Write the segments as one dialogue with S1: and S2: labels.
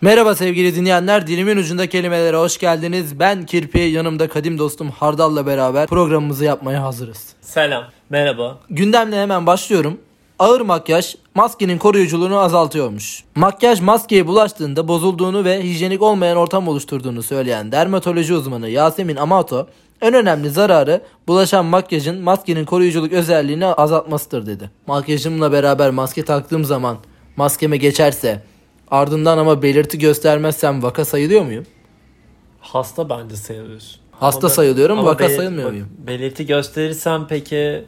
S1: Merhaba sevgili dinleyenler. Dilimin ucunda kelimelere hoş geldiniz. Ben Kirpi, yanımda kadim dostum Hardal'la beraber programımızı yapmaya hazırız.
S2: Selam, merhaba.
S1: Gündemle hemen başlıyorum. Ağır makyaj maskenin koruyuculuğunu azaltıyormuş. Makyaj maskeye bulaştığında bozulduğunu ve hijyenik olmayan ortam oluşturduğunu söyleyen dermatoloji uzmanı Yasemin Amato, en önemli zararı bulaşan makyajın maskenin koruyuculuk özelliğini azaltmasıdır dedi. Makyajımla beraber maske taktığım zaman maskeme geçerse ardından ama belirti göstermezsem vaka sayılıyor muyum?
S2: Hasta bence sayılıyorsun.
S1: Hasta
S2: Ama-
S1: sayılıyorum,
S2: ama
S1: vaka
S2: bel-
S1: sayılmıyor muyum?
S2: Belirti gösterirsem peki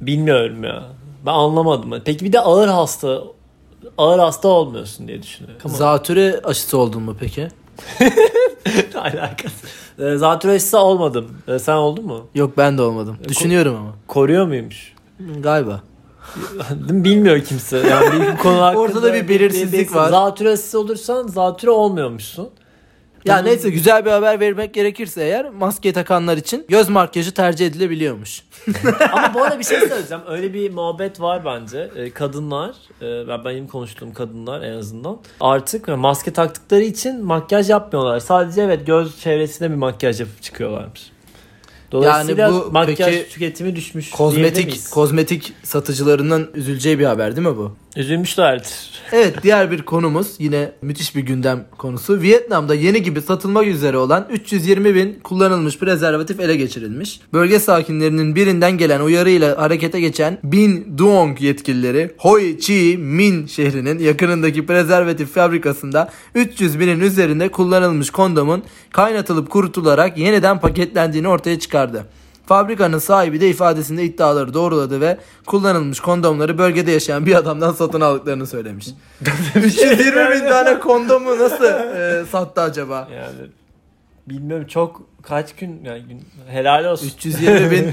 S2: bilmiyorum ya. Ben anlamadım. Peki bir de ağır hasta ağır hasta olmuyorsun diye düşünüyorum.
S1: Zatüre aşısı oldun mu peki?
S2: Ne alakası. Ee, Zatürre aşısı olmadım. Ee, Sen oldun mu?
S1: Yok ben de olmadım. Düşünüyorum ama.
S2: Koruyor muymuş?
S1: Galiba.
S2: Değil mi? Bilmiyor kimse. Yani bir- bu konu hakkında
S1: Ortada bir belirsizlik var.
S2: Zatürre aşısı olursan zatürre olmuyormuşsun.
S1: Ya neyse güzel bir haber vermek gerekirse eğer maske takanlar için göz makyajı tercih edilebiliyormuş.
S2: Ama bu arada bir şey söyleyeceğim. Öyle bir muhabbet var bence. Ee, Kadınlar, e, ben benim konuştuğum kadınlar en azından artık maske taktıkları için makyaj yapmıyorlar. Sadece evet göz çevresine bir makyaj yapıp çıkıyorlarmış. Dolayısıyla
S1: Yani bu
S2: makyaj
S1: peki
S2: tüketimi düşmüş. diyebilir
S1: Kozmetik
S2: miyiz?
S1: kozmetik satıcılarının üzüleceği bir haber değil mi bu?
S2: Üzülmüşlerdir.
S1: Evet diğer bir konumuz yine müthiş bir gündem konusu. Vietnam'da yeni gibi satılmak üzere olan 320 bin kullanılmış prezervatif ele geçirilmiş. Bölge sakinlerinin birinden gelen uyarıyla harekete geçen Bin Duong yetkilileri Hoi Chi Minh şehrinin yakınındaki prezervatif fabrikasında 300 binin üzerinde kullanılmış kondomun kaynatılıp kurutularak yeniden paketlendiğini ortaya çıkardı. Fabrikanın sahibi de ifadesinde iddiaları doğruladı ve kullanılmış kondomları bölgede yaşayan bir adamdan satın aldıklarını söylemiş. 320 şey bin tane kondomu nasıl e, sattı acaba?
S2: Yani bilmiyorum çok kaç gün yani gün- helal olsun.
S1: 320 bin.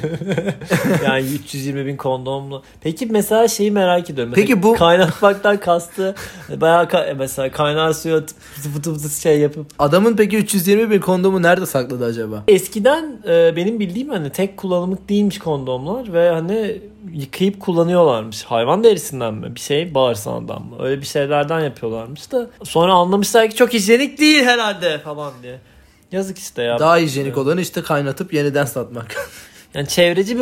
S2: yani 320 bin kondomla. Peki mesela şeyi merak ediyorum.
S1: Peki
S2: Mesela
S1: bu-
S2: kaynatmaktan kastı bayağı ka- e, mesela kaynar suyu atıp fıtı fıtı fıtı şey yapıp.
S1: Adamın peki 320 bin kondomu nerede sakladı acaba?
S2: Eskiden e, benim bildiğim hani tek kullanımlık değilmiş kondomlar ve hani yıkayıp kullanıyorlarmış. Hayvan derisinden mi? Bir şey bağırsağından mı? Öyle bir şeylerden yapıyorlarmış da. Sonra anlamışlar ki çok hijyenik değil herhalde falan diye. Yazık işte ya.
S1: Daha hijyenik olanı işte kaynatıp yeniden satmak.
S2: Yani çevreci bir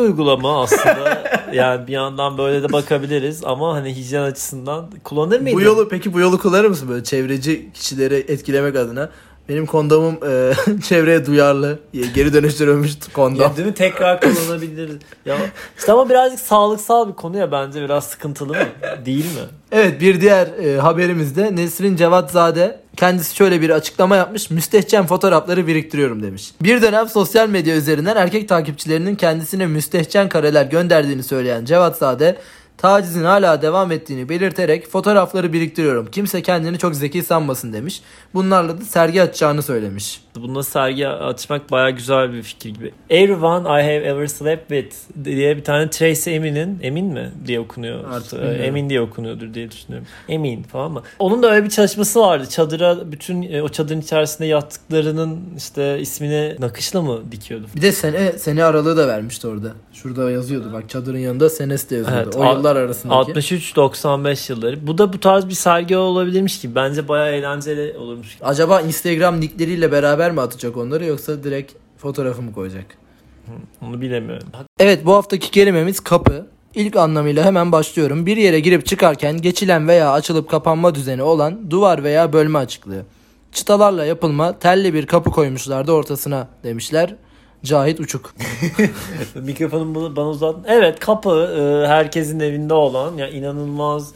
S2: uygulama aslında. yani bir yandan böyle de bakabiliriz ama hani hijyen açısından kullanır mıydın?
S1: bu yolu peki bu yolu kullanır mısın böyle çevreci kişileri etkilemek adına? Benim kondomum e, çevreye duyarlı, geri dönüştürülmüş kondom.
S2: Ya değil mi? Tekrar kullanabiliriz. ya işte ama birazcık sağlıksal bir konu ya bence biraz sıkıntılı mı? Değil mi?
S1: Evet bir diğer e, haberimizde Nesrin Cevatzade kendisi şöyle bir açıklama yapmış. Müstehcen fotoğrafları biriktiriyorum demiş. Bir dönem sosyal medya üzerinden erkek takipçilerinin kendisine müstehcen kareler gönderdiğini söyleyen Cevatzade tacizin hala devam ettiğini belirterek fotoğrafları biriktiriyorum. Kimse kendini çok zeki sanmasın demiş. Bunlarla da sergi açacağını söylemiş.
S2: Bununla sergi açmak baya güzel bir fikir gibi. Everyone I have ever slept with diye bir tane Tracy Emin'in Emin mi diye okunuyor.
S1: Artık
S2: Ee,
S1: bilmiyorum.
S2: Emin diye okunuyordur diye düşünüyorum. Emin falan mı? Onun da öyle bir çalışması vardı. Çadıra bütün e, o çadırın içerisinde yattıklarının işte ismini nakışla mı dikiyordu?
S1: Bir de sene sene aralığı da vermişti orada. Şurada yazıyordu bak çadırın yanında senesi de yazıyordu.
S2: Evet,
S1: o
S2: a-
S1: yıllar arasındaki.
S2: 63-95 yılları. Bu da bu tarz bir sergi olabilirmiş ki. Bence bayağı eğlenceli olurmuş.
S1: Acaba Instagram nickleriyle beraber mi atacak onları yoksa direkt fotoğrafı mı koyacak?
S2: Onu bilemiyorum.
S1: Evet bu haftaki kelimemiz kapı. İlk anlamıyla hemen başlıyorum. Bir yere girip çıkarken geçilen veya açılıp kapanma düzeni olan duvar veya bölme açıklığı. Çıtalarla yapılma telli bir kapı koymuşlardı ortasına demişler. Cahit Uçuk.
S2: Mikrofonu bana- bana uzattın. Evet kapı e, herkesin evinde olan ya inanılmaz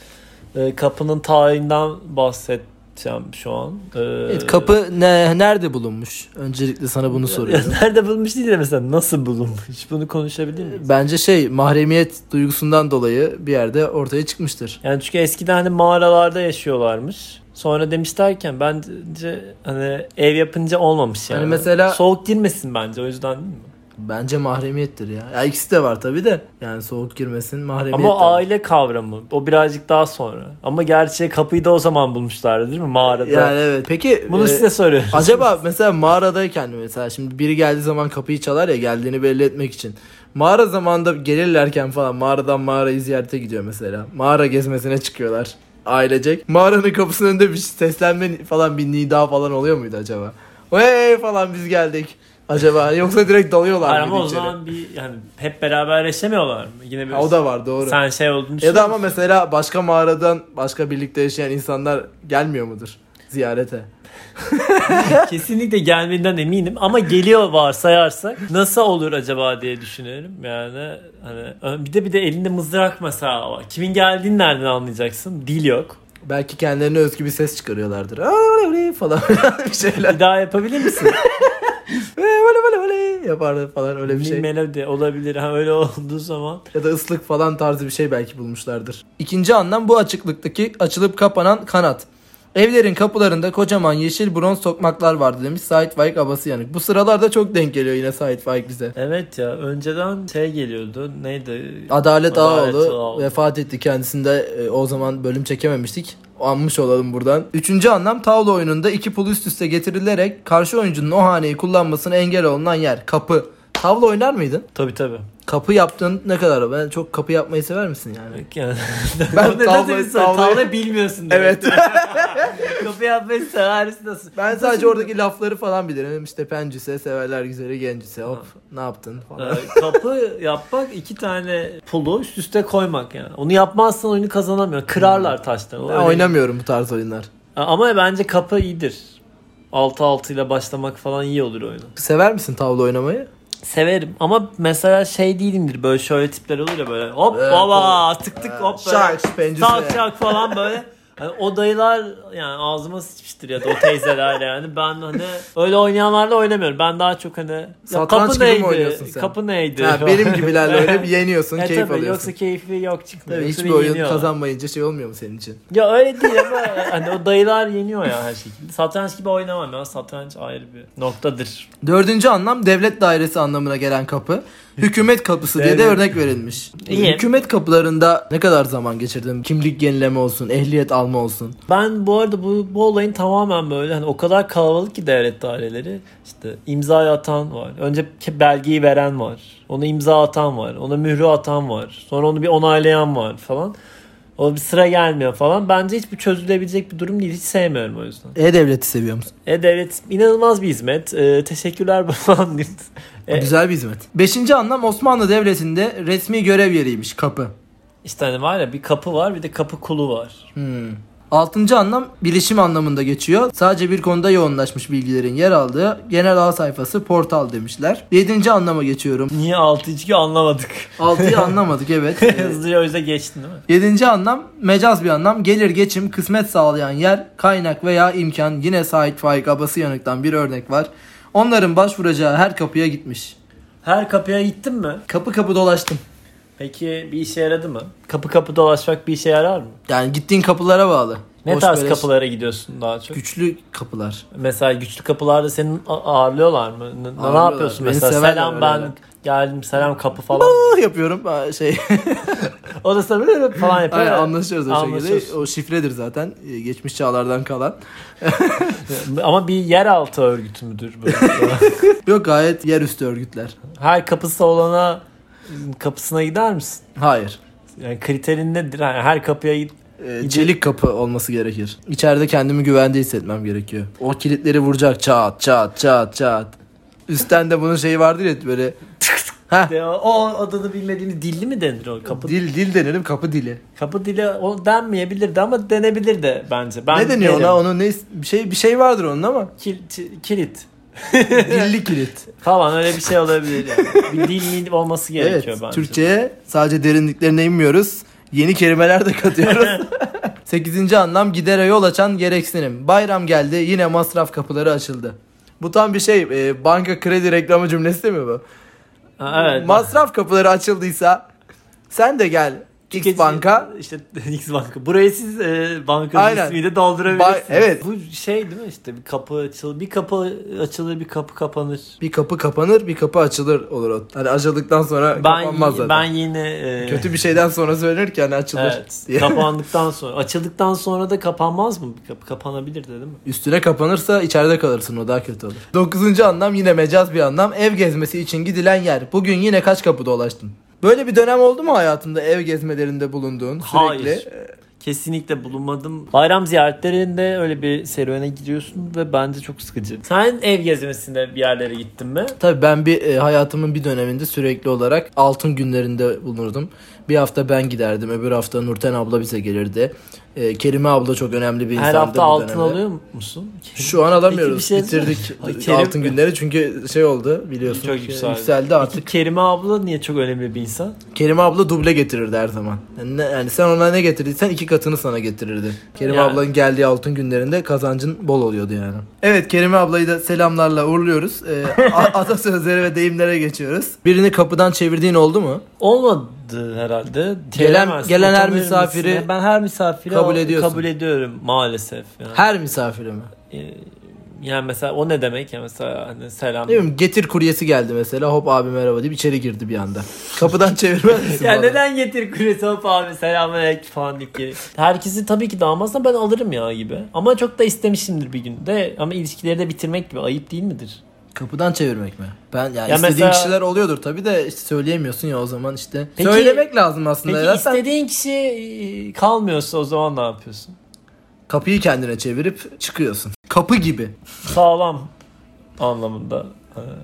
S2: e, kapının tarihinden bahsedeceğim şu an. E,
S1: Evet, kapı ne, nerede bulunmuş? Öncelikle sana bunu
S2: Ya
S1: soruyorum.
S2: nerede bulunmuş değil de mesela nasıl bulunmuş bunu konuşabilir miyiz?
S1: Bence şey mahremiyet duygusundan dolayı bir yerde ortaya çıkmıştır.
S2: Yani çünkü eskiden hani mağaralarda yaşıyorlarmış. Sonra demişlerken bence hani ev yapınca olmamış yani.
S1: Hani mesela-
S2: Soğuk girmesin bence o yüzden değil mi?
S1: Bence mahremiyettir ya. ya ikisi de var tabi de. Yani soğuk girmesin mahremiyet. de
S2: Ama
S1: var.
S2: aile kavramı o birazcık daha sonra. Ama gerçi kapıyı da o zaman bulmuşlardı değil mi mağarada?
S1: Yani evet. Peki
S2: Bunu
S1: e,
S2: size soruyorum.
S1: acaba mesela mağaradayken mesela şimdi biri geldiği zaman kapıyı çalar ya geldiğini belli etmek için. Mağara zamanında gelirlerken falan mağaradan mağarayı ziyarete gidiyor mesela. Mağara gezmesine çıkıyorlar. ailecek. Mağaranın kapısının önünde bir seslenme falan bir nida falan oluyor muydu acaba? Hey falan biz geldik. Acaba yoksa direkt
S2: Hayır
S1: dalıyorlar
S2: ama
S1: mı
S2: o
S1: içeri?
S2: zaman bir yani hep beraber yaşamıyorlar mı? Yine bir
S1: Ha, o da var doğru.
S2: sen şey olduğunu
S1: ya
S2: düşünüyor
S1: da ama
S2: musun?
S1: mesela başka mağaradan başka birlikte yaşayan insanlar gelmiyor mudur ziyarete?
S2: kesinlikle gelmediğinden eminim ama geliyor varsayarsak nasıl olur acaba diye düşünüyorum. Yani hani bir de bir de elinde mızrak mesela var. Kimin geldiğini nereden anlayacaksın? Dil yok.
S1: Belki kendilerine özgü bir ses çıkarıyorlardır. "Aa, oley, oley" falan bir şeyler.
S2: Bir daha yapabilir misin?
S1: "Ee, oley, oley, oley" yaparlar falan öyle bir
S2: bir
S1: şey.
S2: melodi olabilir. Ha, öyle olduğu zaman
S1: Ya da ıslık falan tarzı bir şey belki bulmuşlardır. İkinci anlam bu açıklıktaki açılıp kapanan kanat. Evlerin kapılarında kocaman yeşil bronz sokmaklar vardı demiş Sait Faik Abası Yanık. Bu sıralarda çok denk geliyor yine Sait Faik bize.
S2: Evet ya önceden şey geliyordu neydi?
S1: Adalet,
S2: Adalet
S1: Ağaoğlu
S2: Ağaoğlu.
S1: vefat etti kendisinde e, o zaman bölüm çekememiştik. Anmış olalım buradan. Üçüncü anlam tavla oyununda iki pul üst üste getirilerek karşı oyuncunun o haneyi kullanmasına engel olunan yer. Kapı. Tavla oynar mıydın?
S2: Tabi tabi.
S1: Kapı yaptın ne kadar? Ben çok kapı yapmayı sever misin yani?
S2: Yani,
S1: Ben
S2: Ne-
S1: tavla-
S2: ne dedin sen?
S1: tavlayı-
S2: Tavla bilmiyorsun. demek.
S1: Evet.
S2: Kapı yapmayı seversin nasıl?
S1: Ben sadece oradaki lafları falan bilirim. İşte pencise, severler güzeli, gencise hop
S2: Ha.
S1: ne yaptın falan.
S2: Ee, kapı yapmak iki tane pulu üst üste koymak yani. Onu yapmazsan oyunu kazanamıyor. Kırarlar taştan. O
S1: Ben
S2: öyle-
S1: oynamıyorum bu tarz oyunlar.
S2: Ama bence kapı iyidir. 6-6 ile başlamak falan iyi olur oyunu.
S1: Sever misin tavla oynamayı?
S2: Severim ama mesela şey değilimdir böyle şöyle tipler olur ya böyle hop
S1: Evet,
S2: baba tık tık hop böyle
S1: Şark, pencise.
S2: tak tak falan böyle. Hani o dayılar yani ağzıma sıçmıştır ya da o teyzeler yani ben hani öyle oynayanlarla oynamıyorum. Ben daha çok hani ya
S1: Satranç gibi mi oynuyorsun sen?
S2: Kapı neydi?
S1: Ha, benim gibilerle oynayıp yeniyorsun,
S2: E
S1: keyif
S2: tabii,
S1: alıyorsun.
S2: Yoksa keyfi yok çıkmıyor.
S1: Tabii,
S2: Yoksa
S1: hiçbir oyun
S2: yeniyorlar.
S1: kazanmayınca şey olmuyor mu senin için?
S2: Ya öyle değil ama hani o dayılar yeniyor ya her şekilde. Satranç gibi oynamam ya. Satranç ayrı bir noktadır.
S1: Dördüncü anlam devlet dairesi anlamına gelen kapı. Hükümet kapısı diye de
S2: Evet.
S1: örnek verilmiş.
S2: İyi.
S1: Hükümet kapılarında ne kadar zaman geçirdim? Kimlik yenileme olsun, ehliyet alma olsun.
S2: Ben bu arada bu, bu olayın tamamen böyle hani o kadar kalabalık ki devlet daireleri. İşte imza atan var. Önce belgeyi veren var. Ona imza atan var. Ona mührü atan var. Sonra onu bir onaylayan var falan. O bir sıra gelmiyor falan. Bence hiç bu çözülebilecek bir durum değil. Hiç sevmiyorum o yüzden.
S1: E-devleti seviyor musun?
S2: E-Devlet inanılmaz bir hizmet. Ee, teşekkürler falan diyeyim. E,
S1: Güzel bir hizmet. Beşinci anlam Osmanlı Devleti'nde resmi görev yeriymiş kapı.
S2: İşte hani var ya bir kapı var bir de kapı kulu var.
S1: Hmm. Altıncı anlam bilişim anlamında geçiyor. Sadece bir konuda yoğunlaşmış bilgilerin yer aldığı genel ağ sayfası portal demişler. Yedinci anlama geçiyorum.
S2: Niye 6 2 anlamadık.
S1: Altıyı anlamadık evet. Ee,
S2: Hızlıca o yüzden geçtin değil mi?
S1: Yedinci anlam mecaz bir anlam. Gelir geçim kısmet sağlayan yer kaynak veya imkan. Yine Sait Faik Abası Yanık'tan bir örnek var. Onların başvuracağı her kapıya gitmiş.
S2: Her kapıya gittin mi?
S1: Kapı kapı dolaştım.
S2: Peki bir işe yaradı mı? Kapı kapı dolaşmak bir işe yarar mı?
S1: Yani gittiğin kapılara bağlı.
S2: Ne
S1: Boş
S2: tarz
S1: beleş,
S2: kapılara gidiyorsun daha çok?
S1: Güçlü kapılar.
S2: Mesela güçlü kapılarda seni a- ağırlıyorlar mı? N- Ne
S1: Ağırlıyorlar.
S2: yapıyorsun
S1: Beni
S2: mesela?
S1: severler
S2: Selam
S1: öyle
S2: ben
S1: yani.
S2: geldim selam kapı falan.
S1: Ah, yapıyorum Aa, şey.
S2: o da sana böyle falan yapıyor.
S1: Aynen, anlaşıyoruz o şekilde.
S2: Anlaşıyorsun.
S1: O şifredir zaten. Ee, Geçmiş çağlardan kalan.
S2: Ama bir yeraltı örgütü müdür bu?
S1: Yok gayet yerüstü örgütler.
S2: Her kapısı olana kapısına gider misin?
S1: Hayır.
S2: Yani kriterin nedir? Yani her kapıya git.
S1: Ee, Çelik kapı olması gerekir. İçeride kendimi güvende hissetmem gerekiyor. O kilitleri vuracak çat çat çat çat. Üstten de bunun şeyi vardır ya böyle. ha
S2: De, o adını bilmediğini dilli mi denir o kapı?
S1: dil dil denelim kapı dili.
S2: kapı dili o denmeyebilirdi ama denebilir de bence. Ben
S1: ne deniyor
S2: derim.
S1: ona? Onun ne bir şey bir şey vardır onun ama.
S2: Kil- ti- kilit
S1: Dilli kilit.
S2: falan öyle bir şey olabilir. Yani. bir dil mil olması
S1: evet.
S2: gerekiyor bence.
S1: Türkçeye sadece derinliklerine inmiyoruz. Yeni kelimeler de katıyoruz. Sekizinci anlam gidere yol açan gereksinim. Bayram geldi yine masraf kapıları açıldı. Bu tam bir şey e, banka kredi reklamı cümlesi değil mi bu?
S2: Ha, evet.
S1: Masraf kapıları açıldıysa sen de gel X
S2: Tüketici-
S1: banka.
S2: işte X banka. Burayı siz e, bankanın
S1: Aynen.
S2: ismiyle doldurabilirsiniz.
S1: Ba- evet.
S2: Bu şey değil mi işte bir kapı açılır, bir kapı açılır, bir kapı kapanır.
S1: Bir kapı kapanır, bir kapı açılır olur o. Hani açıldıktan sonra
S2: Ben
S1: kapanmaz zaten.
S2: ben yine e,
S1: Kötü bir şeyden sonra söylenir ki hani açılır
S2: Evet.
S1: diye.
S2: Kapandıktan sonra. Açıldıktan sonra da kapanmaz mı? Kap- Kapanabilir de değil mi?
S1: Üstüne kapanırsa içeride kalırsın o daha kötü olur. Dokuzuncu anlam yine mecaz bir anlam. Ev gezmesi için gidilen yer. Bugün yine kaç kapı dolaştın? Böyle bir dönem oldu mu hayatında ev gezmelerinde bulunduğun sürekli?
S2: Hayır. Kesinlikle bulunmadım. Bayram ziyaretlerinde öyle bir serüvene gidiyorsun ve bence çok sıkıcı. Sen ev gezmesinde bir yerlere gittin mi?
S1: Tabii ben bir e, hayatımın bir döneminde sürekli olarak altın günlerinde bulunurdum. Bir hafta ben giderdim, öbür hafta Nurten abla bize gelirdi. E, Kerime abla çok önemli bir insandı
S2: Her hafta
S1: bu
S2: altın
S1: dönemde.
S2: alıyor musun?
S1: Şu an alamıyoruz.
S2: Peki bir şey
S1: Bitirdik
S2: Ay, Kerim-
S1: altın günleri çünkü şey oldu biliyorsun.
S2: Çok yükseldi.
S1: yükseldi artık.
S2: Peki Kerime abla niye çok önemli bir insan?
S1: Kerime abla duble getirirdi her zaman. Yani, ne- yani sen ona ne getirdiysen iki katını sana getirirdi. Kerime
S2: Yani.
S1: ablanın geldiği altın günlerinde kazancın bol oluyordu yani. Evet Kerime ablayı da selamlarla uğurluyoruz. Ee, a- atasözleri ve deyimlere geçiyoruz. Birini kapıdan çevirdiğin oldu mu?
S2: Olmadı herhalde.
S1: Gelen- gelen her
S2: Utanır mısın?
S1: misafiri
S2: ben her misafiri
S1: kabul
S2: al-
S1: ediyorsun.
S2: kabul ediyorum maalesef. Yani.
S1: Her misafire mi?
S2: Ee, yani mesela o ne demek ya mesela hani selam.
S1: Ne bileyim getir kuryesi geldi mesela hop abi merhaba deyip içeri girdi bir anda. Kapıdan çevirmez misin
S2: Ya
S1: bana?
S2: neden getir kulesi hop abi selamünaleyküm falan deyip gelip. Herkesi tabii ki damatsa ben alırım ya gibi. Ama çok da istemişimdir bir gün de. Ama ilişkileri de bitirmek gibi ayıp değil midir?
S1: Kapıdan çevirmek mi? Ben yani
S2: Ya
S1: istediğin
S2: mesela-
S1: kişiler oluyordur tabii de işte söyleyemiyorsun ya o zaman işte.
S2: Peki-
S1: Söylemek lazım aslında.
S2: Peki
S1: ya. Sen
S2: istediğin kişi e, kalmıyorsa o zaman ne yapıyorsun?
S1: Kapıyı kendine çevirip çıkıyorsun. Kapı gibi.
S2: Sağlam anlamında.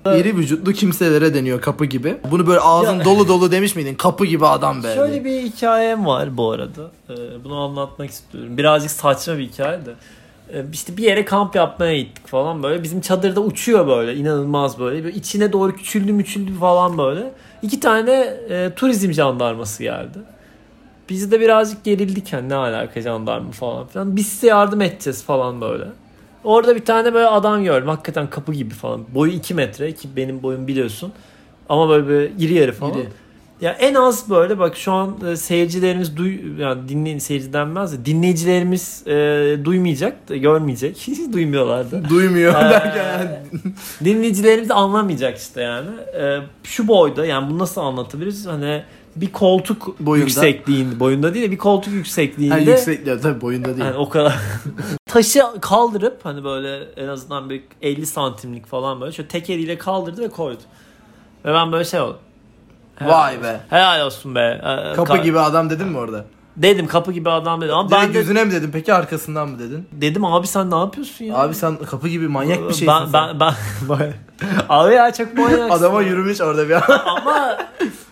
S2: Ha.
S1: İri vücutlu kimselere deniyor kapı gibi. Bunu böyle ağzın
S2: Ya-
S1: dolu dolu demiş miydin? Kapı gibi adam be. Hani
S2: Şöyle bir hikayem var bu arada. Ee, Bunu anlatmak istiyorum. Birazcık saçma bir hikaye de. Ee, İşte bir yere kamp yapmaya gittik falan böyle. Bizim çadırda uçuyor böyle inanılmaz böyle. böyle içine doğru küçüldü müçüldü falan böyle. İki tane e, turizm jandarması geldi. Biz de birazcık gerildik yani ne alaka jandarma falan filan. Biz size yardım edeceğiz falan böyle. Orada bir tane böyle adam gördüm. Hakikaten kapı gibi falan. Boyu 2 metre ki benim boyum biliyorsun. Ama böyle, böyle iri yarı falan.
S1: İri.
S2: Ya en az böyle bak şu an e, seyircilerimiz duy yani dinleyin seyirci denmez de dinleyicilerimiz e, duymayacak, da, görmeyecek. Hiç duymuyorlar da.
S1: Duymuyor
S2: Ee,
S1: derken yani
S2: Dinleyicilerimiz de anlamayacak işte yani. Ee, şu boyda yani bunu nasıl anlatabiliriz? Hani bir koltuk
S1: Boyunda.
S2: yüksekliğinde, boyunda değil de bir koltuk yüksekliğinde.
S1: yani yüksek ya tabii boyunda değil.
S2: Yani o kadar. Taşı kaldırıp hani böyle en azından bir 50 santimlik falan böyle şöyle tek eliyle kaldırdı ve koydu. Ve ben böyle şey oldum. Helal
S1: Vay
S2: olsun.
S1: be.
S2: Helal olsun be. Ee,
S1: Kapı
S2: kar-
S1: gibi adam dedin mi orada?
S2: Dedim kapı gibi adam dedim.
S1: Ben
S2: Ama ben de,
S1: Direkt yüzüne mi dedin? Peki arkasından mı dedin?
S2: dedim abi sen ne yapıyorsun ya?
S1: Abi sen kapı gibi manyak bir şeysin.
S2: ben,
S1: sen.
S2: ben, ben, abi ya çok manyaksın.
S1: Adama
S2: ya.
S1: yürümüş orada bir an.
S2: Ama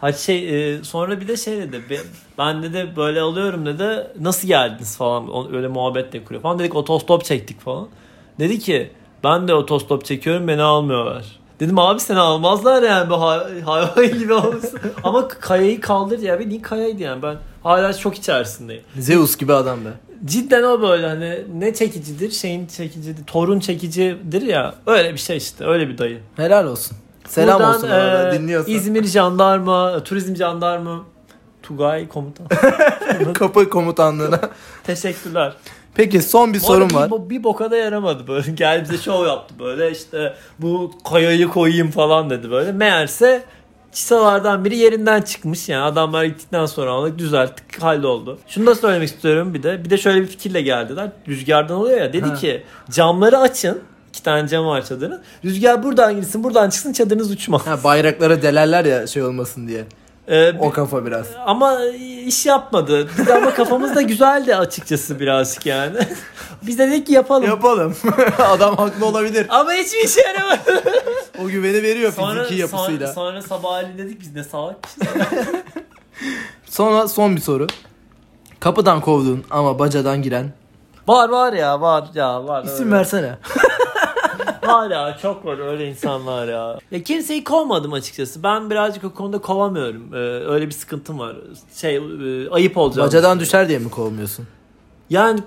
S2: ha şey e, sonra bir de şey dedi. "Be- Ben dedi böyle alıyorum dedi. Nasıl geldiniz falan. O- Öyle muhabbet de kuruyor falan. Dedik otostop çektik falan. Dedi ki ben de otostop çekiyorum beni almıyorlar. Dedim abi seni almazlar yani bu hay- hayvan gibi olmuşsun. Ama kayayı kaldır ya. Niye kayaydı yani ben hala çok içerisindeyim.
S1: Zeus gibi adam be.
S2: Cidden o böyle hani ne çekicidir şeyin çekicidir. Torun çekicidir ya öyle bir şey işte öyle bir dayı.
S1: Helal olsun. Selam
S2: Buradan,
S1: olsun orada
S2: e,
S1: dinliyorsan.
S2: İzmir jandarma, turizm jandarma, Tugay komutan.
S1: Kapı komutanlığına.
S2: Teşekkürler.
S1: Peki son bir
S2: Bu
S1: sorum
S2: arada
S1: var.
S2: Bir, bo- bir boka da yaramadı böyle. Gel bize şov yaptı böyle işte bu kayayı koyayım falan dedi böyle. Meğerse Çisalardan biri yerinden çıkmış yani adamlar gittikten sonra aldık düzelttik halloldu. Şunu da söylemek istiyorum bir de bir de şöyle bir fikirle geldiler rüzgardan oluyor ya dedi
S1: Ha.
S2: ki camları açın iki tane cam var çadırın rüzgar buradan girsin buradan çıksın çadırınız uçmaz.
S1: Ha, bayraklara delerler ya şey olmasın diye.
S2: Ee,
S1: O kafa biraz.
S2: Ama iş yapmadı. Biz ama kafamız da güzeldi açıkçası birazcık yani. Biz de dedik ki yapalım.
S1: Yapalım. Adam haklı olabilir.
S2: ama hiçbir işe yaramadı.
S1: O güveni veriyor
S2: Sonra,
S1: fiziki
S2: sonra,
S1: yapısıyla. Sonra,
S2: sonra sabahleyin dedik biz ne şey." salakmışız.
S1: son bir soru. Kapıdan kovdun ama bacadan giren.
S2: var var ya var ya var.
S1: İsim
S2: öyle.
S1: versene.
S2: Var ya çok var öyle insanlar ya. Ya kimseyi kovmadım açıkçası. Ben birazcık o konuda kovamıyorum. Ee, öyle bir sıkıntım var. Şey e, ayıp olacağım.
S1: Bacadan düşer diye mi kovmuyorsun?
S2: Yani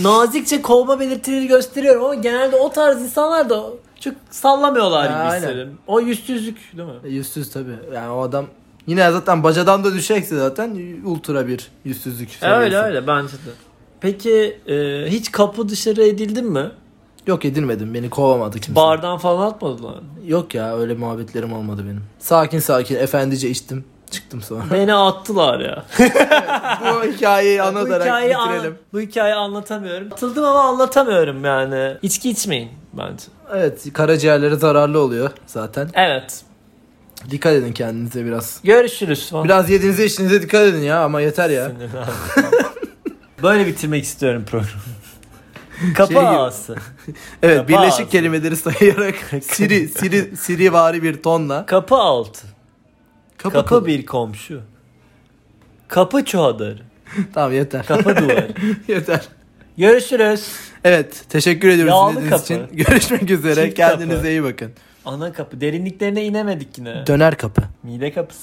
S2: nazikçe kovma belirtileri gösteriyorum ama genelde o tarz insanlar da çok sallamıyorlar
S1: Ha,
S2: gibi
S1: aynen.
S2: hissediyorum. O yüzsüzlük değil mi?
S1: E, Yüzsüz tabii. Yani o adam yine zaten bacadan da düşecekse zaten ultra bir yüzsüzlük. seviyesi.
S2: Öyle öyle bence de. Peki e, hiç kapı dışarı edildin mi?
S1: Yok edilmedim. Beni kovamadı kimse.
S2: Bardan falan atmadılar mı?
S1: Yok ya öyle muhabbetlerim olmadı benim. Sakin sakin efendice içtim. Çıktım sonra.
S2: Beni attılar ya.
S1: bu hikayeyi anlatarak
S2: an-
S1: bitirelim.
S2: bu hikayeyi anlatamıyorum. Atıldım ama anlatamıyorum yani. İçki içmeyin bence.
S1: Evet karaciğerlere zararlı oluyor zaten.
S2: Evet.
S1: Dikkat edin kendinize biraz.
S2: Görüşürüz. Falan.
S1: Biraz yediğinize içtiğinize dikkat edin ya ama yeter ya.
S2: Sinirlendim. Böyle bitirmek istiyorum programı. Kapa
S1: Şey gibi.
S2: ağası.
S1: Evet
S2: Kapağı
S1: birleşik
S2: ağzı.
S1: kelimeleri sayarak Siri Siri Siri vari bir tonla
S2: Kapı altı.
S1: kapı,
S2: Kapı,
S1: kapı.
S2: bir komşu. Kapı çuhadarı.
S1: Tamam yeter.
S2: Kapı duvarı.
S1: yeter.
S2: Görüşürüz.
S1: Evet teşekkür ediyoruz
S2: Yağlı
S1: dinlediğiniz
S2: kapı.
S1: için. Görüşmek üzere.
S2: Çift kapı.
S1: Kendinize iyi bakın.
S2: Ana kapı. Derinliklerine inemedik yine.
S1: Döner kapı.
S2: Mide kapısı.